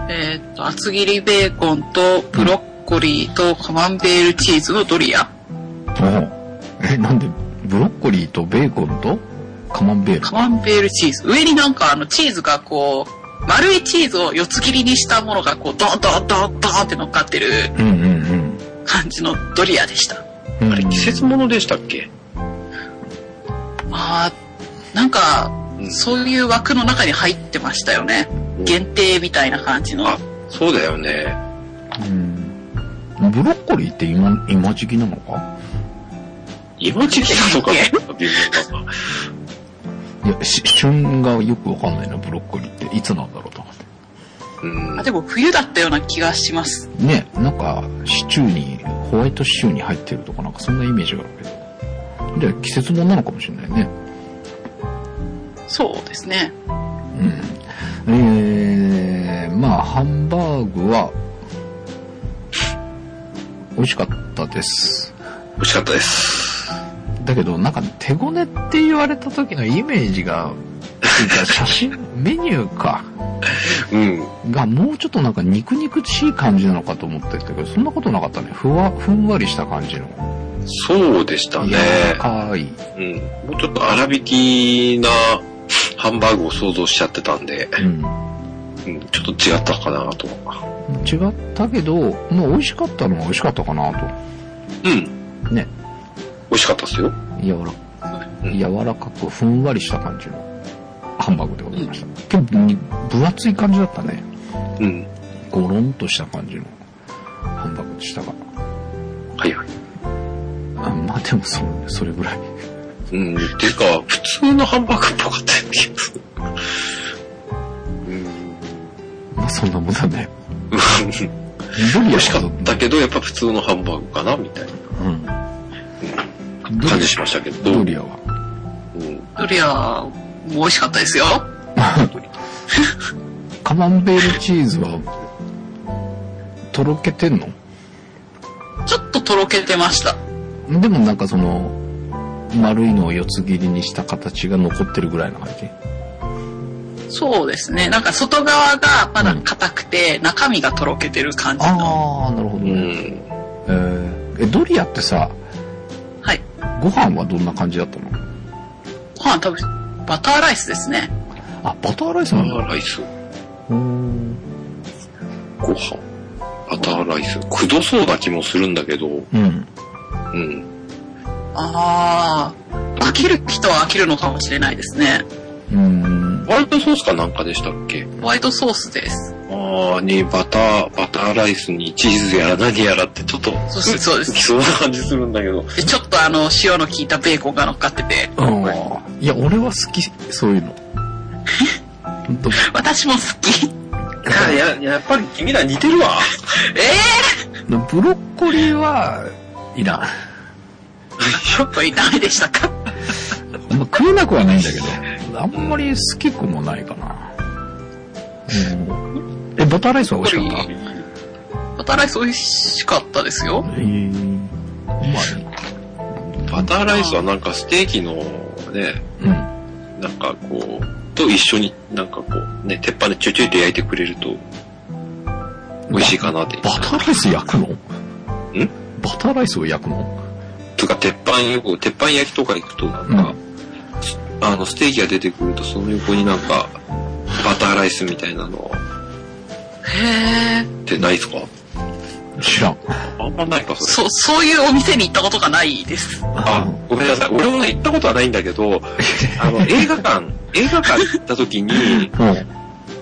Speaker 3: えーっと、厚切りベーコンとブロッコリーとカマンベールチーズのドリア。
Speaker 2: おえ、なんで、ブロッコリーとベーコンとカマンベール。
Speaker 3: カマンベールチーズ。上になんかあのチーズがこう、丸いチーズを四つ切りにしたものがこう、ドンドンドンドンって乗っかってる
Speaker 2: うんうんうん。
Speaker 3: 感じのドリアでした。
Speaker 2: うん
Speaker 1: あれ、季節物でしたっけ
Speaker 3: あーなんか、
Speaker 1: うん
Speaker 3: そういう枠の中に入ってましたよね。限定みたいな感じの。
Speaker 1: あ、そうだよね。
Speaker 2: うん。ブロッコリーって今、今時期なのか
Speaker 1: 今時期なのかな微妙だな。
Speaker 2: いや、し旬がよくわかんないな、ブロッコリーって。いつなんだろうと思って。
Speaker 1: うん
Speaker 3: あ。でも冬だったような気がします。
Speaker 2: ね、なんか、シチューに、ホワイトシチューに入ってるとか、なんかそんなイメージがあるけど。で、季節もなのかもしれないね。
Speaker 3: そうですね。
Speaker 2: うん。えー、まあ、ハンバーグは、美味しかったです。
Speaker 1: 美味しかったです。
Speaker 2: だけど、なんか、手ごねって言われた時のイメージが、っていうか写真、メニューか。
Speaker 1: うん。
Speaker 2: がもうちょっとなんか肉肉しい感じなのかと思ってたけど、そんなことなかったね。ふわ、ふんわりした感じの。
Speaker 1: そうでしたね。
Speaker 2: 柔らかい。
Speaker 1: うん。もうちょっと粗挽きなハンバーグを想像しちゃってたんで、
Speaker 2: うん。
Speaker 1: うん、ちょっと違ったかなと。
Speaker 2: 違ったけど、まあ美味しかったのは美味しかったかな
Speaker 1: うん。
Speaker 2: ね。
Speaker 1: 美味しかったっすよ。
Speaker 2: と。柔ら
Speaker 1: うん
Speaker 2: 柔らかくふんわりした感じのハンバーグでございました。結構に分厚い感じだったね。
Speaker 1: うん。
Speaker 2: ゴロンとした感じのハンバーグでしたが。
Speaker 1: はいはい。
Speaker 2: あまあでもそ、それぐらい。
Speaker 1: うん。ていうか、普通のハンバーグっぽかったよね。うん。
Speaker 2: まあそんなもんだね。
Speaker 1: 美
Speaker 2: ドリア
Speaker 1: 味しかっ
Speaker 2: だ
Speaker 1: たけど、やっぱ普通のハンバーグかなみたい
Speaker 2: うん。
Speaker 1: な感じしましたけど。
Speaker 2: ドリアは。
Speaker 1: うん。
Speaker 3: ドリアも美味しかったですよ。
Speaker 2: カマンベールチーズは、とろけてんの
Speaker 3: ちょっととろけてました。
Speaker 2: でもなんかその、丸いのを四つ切りにした形が残ってるぐらいな感じ。
Speaker 3: そうですね。なんか外側がまだ硬くて、中身がとろけてる感じの。
Speaker 2: ああ、なるほど
Speaker 1: う
Speaker 2: ね。
Speaker 1: ん。
Speaker 2: えーえ、ドリアってさ、
Speaker 3: はい。
Speaker 2: ご飯はどんな感じだったの
Speaker 3: ご飯食べ、バターライスですね。
Speaker 2: あ、バターライス
Speaker 1: バ
Speaker 2: な
Speaker 1: タ
Speaker 2: んだ。
Speaker 1: ーライス。
Speaker 2: うーん。
Speaker 1: ご飯。バターライス。くどそうな気もするんだけど、
Speaker 2: うん。
Speaker 1: うん。
Speaker 3: ああ、飽きる人は飽きるのかもしれないですね。
Speaker 2: うーん。
Speaker 1: ホワイトソースかなんかでしたっけ
Speaker 3: ホワイトソースです。
Speaker 1: ああ、に、バター、バターライスにチーズやら何やらってちょっと、
Speaker 3: そうですそうです
Speaker 1: きそうな感じするんだけど。
Speaker 3: で、ちょっとあの、塩の効いたベーコンが乗っかってて、
Speaker 2: あーいや、俺は好き、そう いうの。ほんと
Speaker 3: 私も好き。
Speaker 1: いや、やっぱり君ら似てるわ。
Speaker 3: ええ
Speaker 2: ブロッコリーはいらん。
Speaker 3: ー、ちょっと痛めでしたか
Speaker 2: まあ、食えなくはないんだけ ど、あんまり好きくもないかな。うん、え、バターライスは美味しかった
Speaker 3: バターライス美味しかったですよ。
Speaker 2: えー、うまい。
Speaker 1: バターライスはなんかステーキのね、
Speaker 2: うん。
Speaker 1: なんかこう、と一緒になんかこう、ね、鉄板でちょいちょいと焼いてくれると、美味しいかなって。
Speaker 2: バターライス焼くのんバターライスを焼くの
Speaker 1: とか、鉄板横、鉄板焼きとか行くとなんか、あの、ステーキが出てくると、その横になんか、バターライスみたいなの
Speaker 3: へえ。
Speaker 1: ってないですか
Speaker 2: 知らん。
Speaker 1: あんまないか、それ。
Speaker 3: そう、そういうお店に行ったことがないです。
Speaker 1: あ、ごめんなさい。俺もね行った ことはないんだけど、あの、映画館、映画館行った時に、
Speaker 2: うん。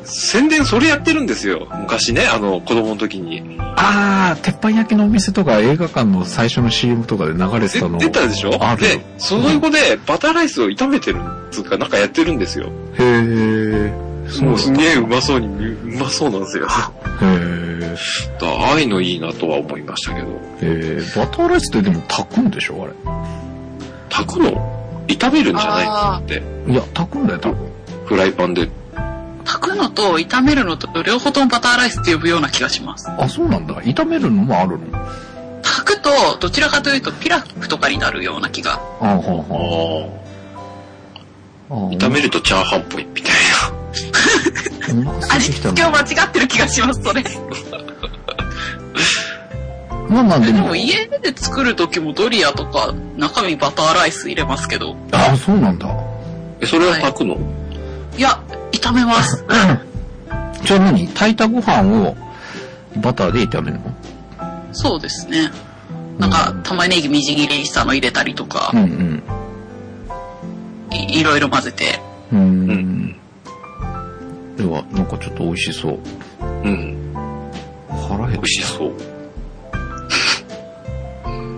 Speaker 1: 宣伝それやってるんですよ。昔ね、あの、子供の時に。
Speaker 2: ああ、鉄板焼きのお店とか映画館の最初の CM とかで流れて
Speaker 1: で
Speaker 2: たの。
Speaker 1: 出たでしょ
Speaker 2: ある
Speaker 1: で、その横でバターライスを炒めてるっつうか、なんかやってるんですよ。
Speaker 2: へえ。そう
Speaker 1: も
Speaker 2: だ
Speaker 1: う
Speaker 2: っ
Speaker 1: すげえうまそうに、ううまそうなんですよ。だ
Speaker 2: たへ
Speaker 1: ああいうのいいなとは思いましたけど。
Speaker 2: え。へーバターライスってでも炊くんでしょあれ。
Speaker 1: 炊くの炒めるんじゃない
Speaker 3: あ
Speaker 2: いや、炊くんだよ、多分。
Speaker 1: フライパンで。
Speaker 3: ー炊くのと炒めるのと両方ともバターライスって呼ぶような気がします。
Speaker 2: あ、そうなんだ。炒めるのもあるのあ
Speaker 3: 炊くと、どちらかというとピラフとかになるような気が。
Speaker 2: あ、
Speaker 1: あ
Speaker 2: は
Speaker 1: あ。
Speaker 2: はあー
Speaker 1: 炒めるとチャーハンっぽいみたいな。
Speaker 2: お腹空い
Speaker 3: 味
Speaker 2: てきた
Speaker 3: 付
Speaker 2: な
Speaker 3: けを間違ってる気がします、それ。
Speaker 2: まあまあで
Speaker 3: で
Speaker 2: も
Speaker 3: も。家で作る時もドリアとか中身バターライス入れますけど。
Speaker 2: ああ、そうなんだ。
Speaker 1: え、それは炊くの、
Speaker 3: いや、炒めます。
Speaker 2: じゃあ何炊いたご飯をバターで炒めるの
Speaker 3: そうですね。なんか、玉ねぎみじん切りにしたの入れたりとか
Speaker 2: う、ん
Speaker 3: いいろいろ混ぜて。
Speaker 2: うん。う。
Speaker 1: うん
Speaker 2: では、なんかちょっと美味しそう。
Speaker 1: うん。
Speaker 2: 腹減っ
Speaker 1: 美味しそう。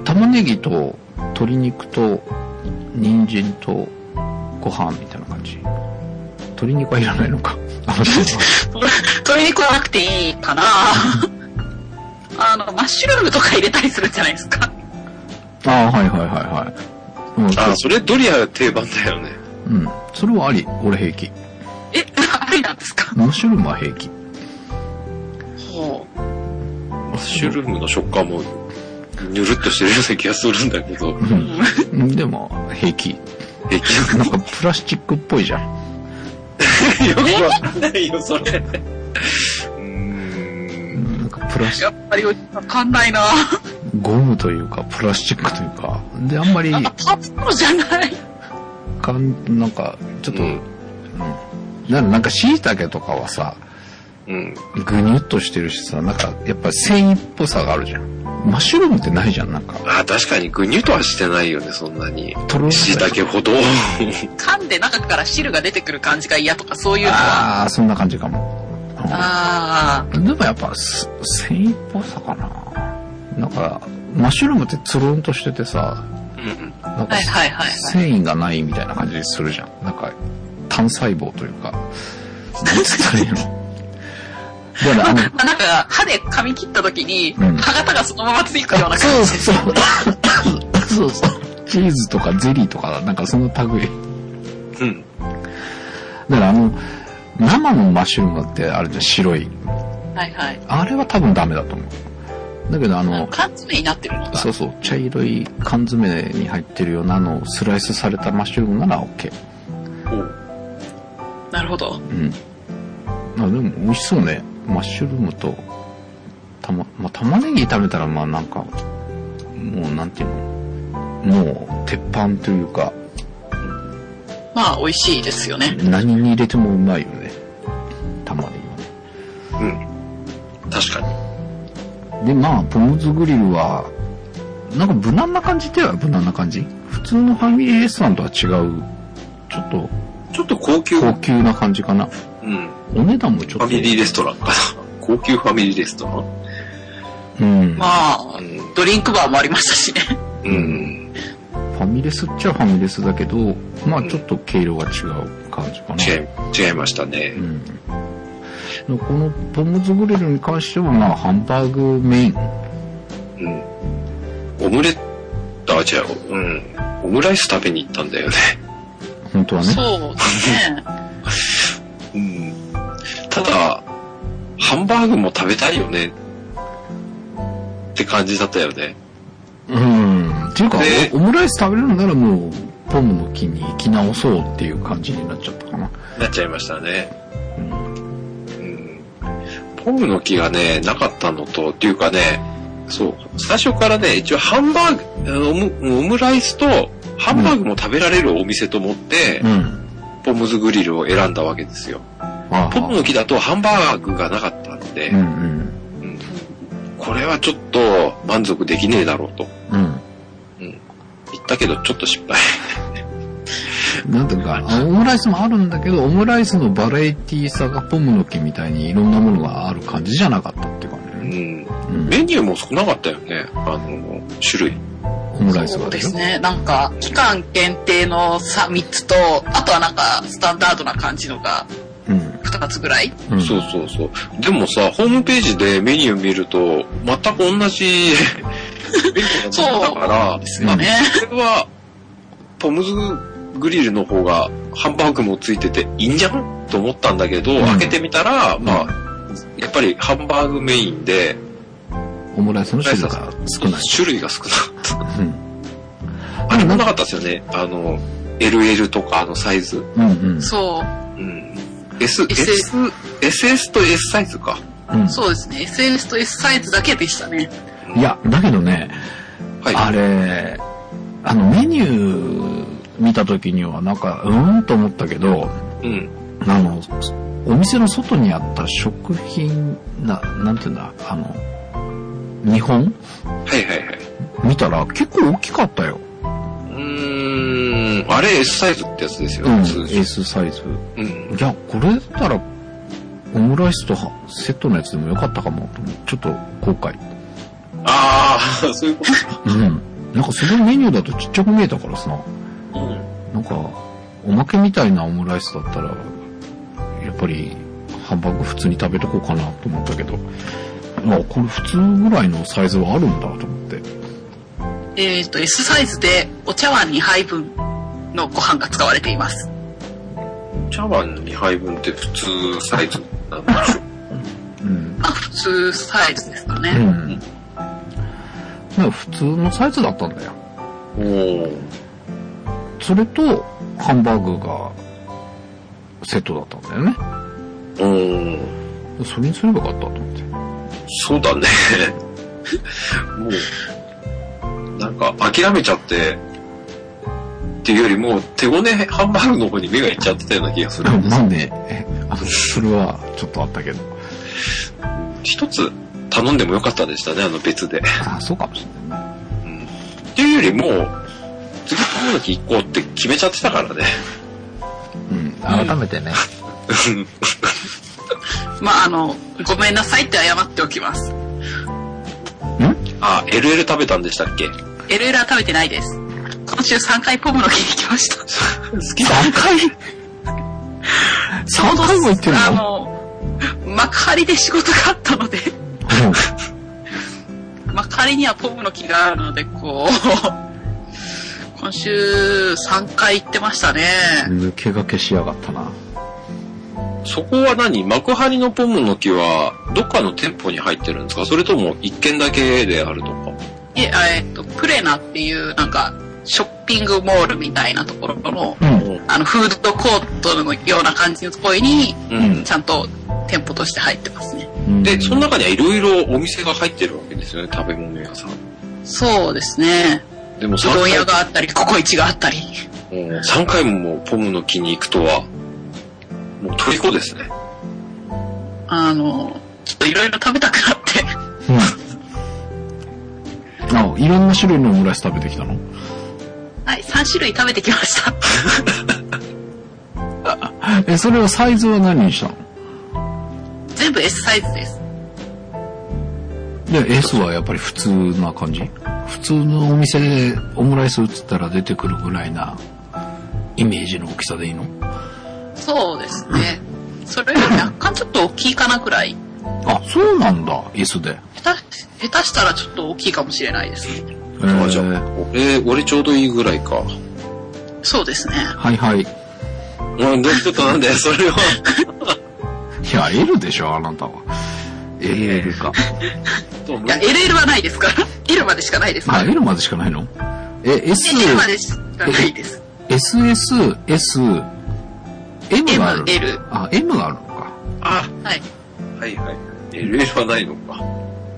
Speaker 2: た。玉ねぎと鶏肉と人参とご飯みたいな感じ。鶏肉はいらないのか。 あの、
Speaker 3: 鶏肉はなくていいかな あの、マッシュルームとか入れたりするじゃないですか。
Speaker 2: ああ、はいはいはいはい。うん、
Speaker 1: ああ、それドリア定番だよね。
Speaker 2: うん。それはあり。俺平気。
Speaker 3: え、ありなんですか
Speaker 2: マッシュルームは平気。
Speaker 3: ほう。
Speaker 1: マッシュルームの食感も、ぬるっとしてるような気がするんだけど、
Speaker 2: うん。でも、平気。
Speaker 1: でき
Speaker 2: なんかプラスチックっぽいじゃん。
Speaker 1: なくよくわかんないよ、それ。うーん。
Speaker 2: なんかプラス
Speaker 3: やっぱりわかんないな
Speaker 2: ゴムというか、プラスチックというか、で、あんまり、
Speaker 3: なんかパーツプロじゃない。
Speaker 2: かん、なんか、ちょっと、
Speaker 1: う
Speaker 2: うんん。ななんか、椎茸とかはさ、
Speaker 1: うん。
Speaker 2: ぐにゅっとしてるしさ、なんか、やっぱ繊維っぽさがあるじゃん。マッシュルームってないじゃん、なんか。
Speaker 1: あ、確かにグニュとはしてないよね、そんなに。
Speaker 2: とろろ
Speaker 1: 椎茸ほ ど。
Speaker 3: 噛んで中から汁が出てくる感じが嫌とかそういうの
Speaker 2: あ
Speaker 3: は。
Speaker 2: あ、そんな感じかも。
Speaker 3: あ
Speaker 2: うんでもやっぱ、す繊維っぽさかな。なんか、マッシュルームってつるんとしててさ、
Speaker 1: うん。
Speaker 2: なん
Speaker 3: あ。
Speaker 2: か
Speaker 3: はい、はいはいはい。
Speaker 2: 繊維がないみたいな感じするじゃん。なんか、単細胞というか、なんつったらいいのだから、あの、
Speaker 3: まあ、なんか、歯で噛み切った時に、
Speaker 2: うん
Speaker 3: 歯型がそのままついくような
Speaker 2: そ
Speaker 3: 感
Speaker 2: う
Speaker 3: じです。
Speaker 2: そうそう。そうそう。チーズとかゼリーとか、なんかその類。
Speaker 1: うん。
Speaker 2: だからあの、生のマッシュルームってあるじゃん、白い。
Speaker 3: はいはい。
Speaker 2: あれは多分ダメだと思う。だけどあの、
Speaker 3: 缶詰になってるのが。
Speaker 2: そうそう、茶色い缶詰に入ってるようなあの、スライスされたマッシュルームなら OK。
Speaker 3: なるほど。
Speaker 2: うん。あ、でも美味しそうね。マッシュルームと、たま、まあ、玉ねぎ炒めたら、まあなんか、もうなんていうのもう、鉄板というか、
Speaker 3: まあ、美味しいですよね。
Speaker 2: 何に入れてもうまいよね。玉ねぎはね。
Speaker 1: うん。確かに。
Speaker 2: で、まあ、ポン酢グリルは、なんか無難な感じでは無難な感じ普通のファミリーレストランとは違う、ちょっと
Speaker 1: ちょっと高級。
Speaker 2: 高級な感じかな。
Speaker 1: うん。
Speaker 2: お値段もち
Speaker 1: フ
Speaker 2: ょ
Speaker 1: ァ
Speaker 2: っと。
Speaker 1: ミリーレストランかな。 高級ファミリーレストラ
Speaker 2: うん。
Speaker 3: まあ、
Speaker 1: ン
Speaker 3: ドリンクバーもありましたしね。
Speaker 1: うん。うん。
Speaker 2: ファミレスっちゃファミレスだけど、まあちょっと毛色が違う感じかな。
Speaker 1: 違い、違いましたね
Speaker 2: う。ん。このポムズグリルに関しては、まあハンバーグメイン。
Speaker 1: うん。オムレット、あ、違う、うん。オムライス食べに行ったんだよね。
Speaker 2: 本当はね。
Speaker 3: そうですね。
Speaker 1: うん。ただ、ハンバーグも食べたいよね。って感じだったよね。
Speaker 2: うん。っていうか
Speaker 1: で、
Speaker 2: オオムライス食べれるならもう、ポムの木に生き直そうっていう感じになっちゃったかな。
Speaker 1: なっちゃいましたね。
Speaker 2: うん。
Speaker 1: うん。ポムの木がね、なかったのと、っていうかね、そう、最初からね、一応ハンバーグ、オムオムライスと、ハンバーグも食べられるお店と思って
Speaker 2: う、ん。
Speaker 1: ポムズグリルを選んだわけですよ。
Speaker 2: ああ
Speaker 1: ポムの木だとハンバーグがなかったので、
Speaker 2: うんうん。
Speaker 1: これはちょっと満足できねえだろうと
Speaker 2: うん。
Speaker 1: 言ったけど、ちょっと失敗。
Speaker 2: なんていうか、あオムライスもあるんだけど、オムライスのバラエティーさがポムの木みたいにいろんなものがある感じじゃなかったっていう感じだ
Speaker 1: う
Speaker 2: ね。
Speaker 1: ん。
Speaker 2: うん。
Speaker 1: メニューも少なかったよね。あの、種類。
Speaker 2: オムライス
Speaker 3: そ
Speaker 2: が
Speaker 3: う
Speaker 2: で
Speaker 3: で
Speaker 2: しょ
Speaker 3: すね。なんか、期間限定のさ、3つと、あとはなんか、スタンダードな感じのが
Speaker 2: うん。
Speaker 3: 2つぐらい。
Speaker 2: うん。
Speaker 1: そうそうそう。でもさ、ホームページでメニュー見ると、全く同じ メニューが載ってたから、
Speaker 3: ですよね。
Speaker 1: これは、ポムズグリルの方がハンバーグもついてていいんじゃんと思ったんだけど、
Speaker 2: うん
Speaker 1: 開けてみたら、まあ、やっぱりハンバーグメインで、
Speaker 2: オムライスの種類が少ない。
Speaker 1: 種類が少な
Speaker 2: うん。
Speaker 1: あれもなかったですよね。あの、LL とかあのサイズ。
Speaker 2: うんうん。
Speaker 3: そ
Speaker 1: うん。S、S
Speaker 3: SS、
Speaker 1: SS と S サイズか。
Speaker 2: うん
Speaker 3: う。。そうですね。SS と S サイズだけでしたね。
Speaker 2: いや、だけどね、
Speaker 1: はい。
Speaker 2: あれ、あのメニュー見た時にはなんか、うーんと思ったけど、
Speaker 1: うん。
Speaker 2: あの、お店の外にあった食品、な、なんていうんだ、あの、日本
Speaker 1: はいはいはい。
Speaker 2: 見たら結構大きかったよ。
Speaker 1: うーん。あれ S サイズってやつですよ
Speaker 2: う
Speaker 1: ね。
Speaker 2: ん、エ
Speaker 1: 通常
Speaker 2: ースサイズ。
Speaker 1: うん。
Speaker 2: いや、これだったら、オムライスとはセットのやつでもよかったかもと思って、ちょっと後悔。
Speaker 1: ああ、 そういうこと。
Speaker 2: うん。なんかすごいメニューだとちっちゃく見えたからさ、なんか、おまけみたいなオムライスだったら、やっぱり、ハンバーグ普通に食べとこうかなと思ったけど、まあ、これ普通ぐらいのサイズはあるんだと思って。
Speaker 3: えっ、と、S サイズでお茶碗2杯分のご飯が使われています。
Speaker 1: 茶碗2杯分って普通サイズなんでしょう。
Speaker 2: うん。
Speaker 3: まあ、普通サイズですかね。
Speaker 2: うん。まあ普通のサイズだったんだよ。
Speaker 1: おー
Speaker 2: それと、ハンバーグが、セットだったんだよね。
Speaker 1: おー
Speaker 2: それにすればよかったと思って。
Speaker 1: そうだね。 もう、なんか諦めちゃって、っていうよりも、手ごねハンバーグの方に目がいっちゃってたような気がする。
Speaker 2: まあね、えあの、それはちょっとあったけど。
Speaker 1: 一つ頼んでもよかったでしたね、あの別で。
Speaker 2: あ、そうかもしれないね。
Speaker 1: うんっていうよりも、次友達行こうって決めちゃってたからね。
Speaker 2: うん。改めてね。
Speaker 3: まあ、あの、ごめんなさいって謝っておきます。
Speaker 1: あ、LL 食べたんでしたっけ
Speaker 3: LL は食べてないです。今週3回ポムの木に行きました。
Speaker 1: 好きだ。
Speaker 2: 3回も言ってる
Speaker 3: あ
Speaker 2: の
Speaker 3: の、幕張で仕事があったので、幕張にはポムの木があるので、こう、今週3回行ってましたね。
Speaker 2: うん抜け駆けしやがったな。
Speaker 1: そこは何幕張のポムの木は、どっかの店舗に入ってるんですかそれとも一軒だけであるとか
Speaker 3: いえ、あえっと、プレナっていう、なんか、ショッピングモールみたいなところの、
Speaker 2: うん。
Speaker 3: あの、フードコートのような感じのところに、
Speaker 1: うん。
Speaker 3: ちゃんと店舗として入ってますね。
Speaker 1: で、その
Speaker 2: な、
Speaker 1: 中にはいろいろお店が入ってるわけですよね、食べ物屋さん。
Speaker 3: そうですね。
Speaker 1: でも
Speaker 3: うどん屋
Speaker 1: 3
Speaker 3: があったり、ココイチがあったり。
Speaker 1: 回も、3回ももうポムの木に行くとは、もう虜ですね。
Speaker 3: あの、ちょっといろいろ食べたくなって。
Speaker 2: うん。あ、いろんな種類のオムライス食べてきたの
Speaker 3: はい、3種類食べてきました。
Speaker 2: え、それはサイズは何にしたの
Speaker 3: 全部 S サイズです。
Speaker 2: で、S はやっぱり普通な感じ普通のお店でオムライス売ってたら出てくるぐらいなイメージの大きさでいいの
Speaker 3: そうですね。それより若干ちょっと大きいかなくらい。
Speaker 2: あ、そうなんだ、S で。
Speaker 3: 下手、下手したらちょっと大きいかもしれないですね。
Speaker 2: え
Speaker 1: あじゃあ
Speaker 2: ー、
Speaker 1: 俺、俺ちょうどいいぐらいか。
Speaker 3: そうですね。
Speaker 2: はいはい。い
Speaker 1: うん、どういうことなんだ よ、それは。
Speaker 2: や、L でしょ、あなたは。L か。
Speaker 3: いや、LL はないですから。L までしかないですか
Speaker 2: あ、
Speaker 3: ら。
Speaker 2: L までしかないのえ、S、
Speaker 3: L までしかないです。
Speaker 2: SS、S、M があるの
Speaker 3: M L
Speaker 2: あ、M があるの か。
Speaker 1: あ、
Speaker 3: はい。
Speaker 1: はいはい。LL はないのか。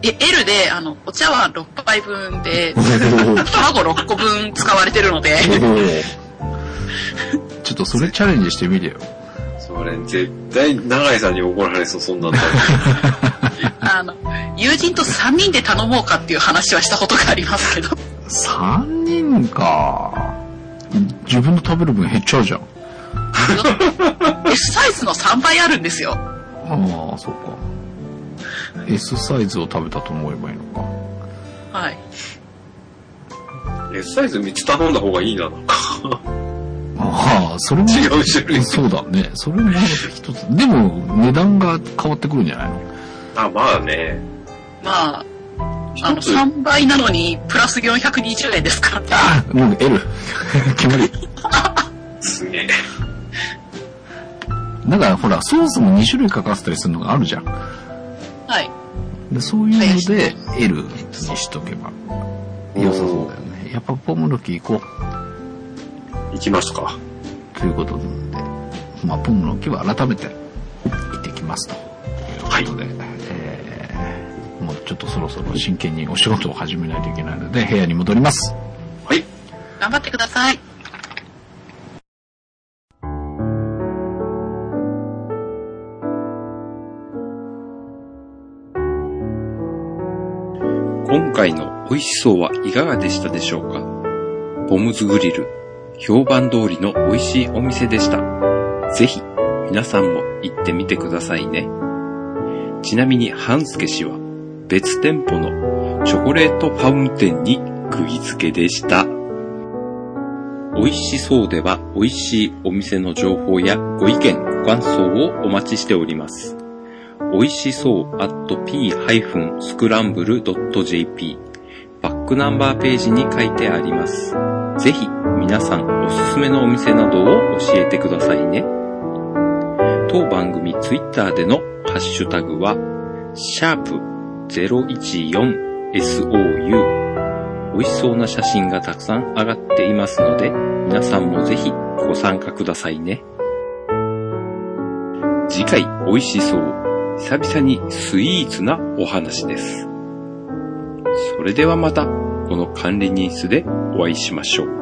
Speaker 3: え、L で、あの、お茶碗6杯分で
Speaker 2: お、ー
Speaker 3: 卵6個分使われてるの で、
Speaker 2: ちょっとそれチャレンジしてみてよ。
Speaker 1: それ、絶対、長井さんに怒られそう、そんなんだ。
Speaker 3: あの、友人と3人で 頼もうかっていう話はしたことがありますけど、
Speaker 2: 3人か。自分の食べる分減っちゃうじゃん。
Speaker 3: S サイズの3倍あるんですよ。
Speaker 2: ああ、そうか。S サイズを食べたと思えばいいのか。
Speaker 3: はい。
Speaker 1: S サイズ3つ頼んだ方がいいな。
Speaker 2: ああ、それも。
Speaker 1: 違う種類
Speaker 2: そうだね。それもまだ一つ。でも、値段が変わってくるんじゃないの
Speaker 1: あ、まあね。
Speaker 3: まあ、あの、
Speaker 1: 一つ
Speaker 3: 3倍なのに、プラス420円ですから。
Speaker 2: ああ、もう L。決 まり。
Speaker 1: すげえ。
Speaker 2: だからほら、ソースも2種類かかってたりするのがあるじゃん。
Speaker 3: はい。
Speaker 2: でそういうので、L にしとけば良さそうだよね。やっぱポムロキ行こ
Speaker 1: 行きますか。
Speaker 2: うということなので、まあ、ポムロキは改めて行ってきますということで、えーもうちょっとそろそろ真剣にお仕事を始めないといけないので、部屋に戻ります。
Speaker 1: はい。
Speaker 3: 頑張ってください。
Speaker 4: 今回の美味しそうはいかがでしたでしょうかボムズグリル、評判通りの美味しいお店でした。ぜひ、皆さんも行ってみてくださいね。ちなみに、半助氏は、別店舗のチョコレートファウンテンに釘付けでした。美味しそうでは、美味しいお店の情報やご意見、ご感想をお待ちしております。おいしそう at p-scramble.jp バックナンバーページに書いてあります。ぜひ皆さんおすすめのお店などを教えてくださいね。当番組ツイッターでのハッシュタグは、シャープ 014SOU 美味しそうな写真がたくさん上がっていますので、皆さんもぜひご参加くださいね。次回、美味しそう久々にスイーツなお話です。それではまた、この管理人室でお会いしましょう。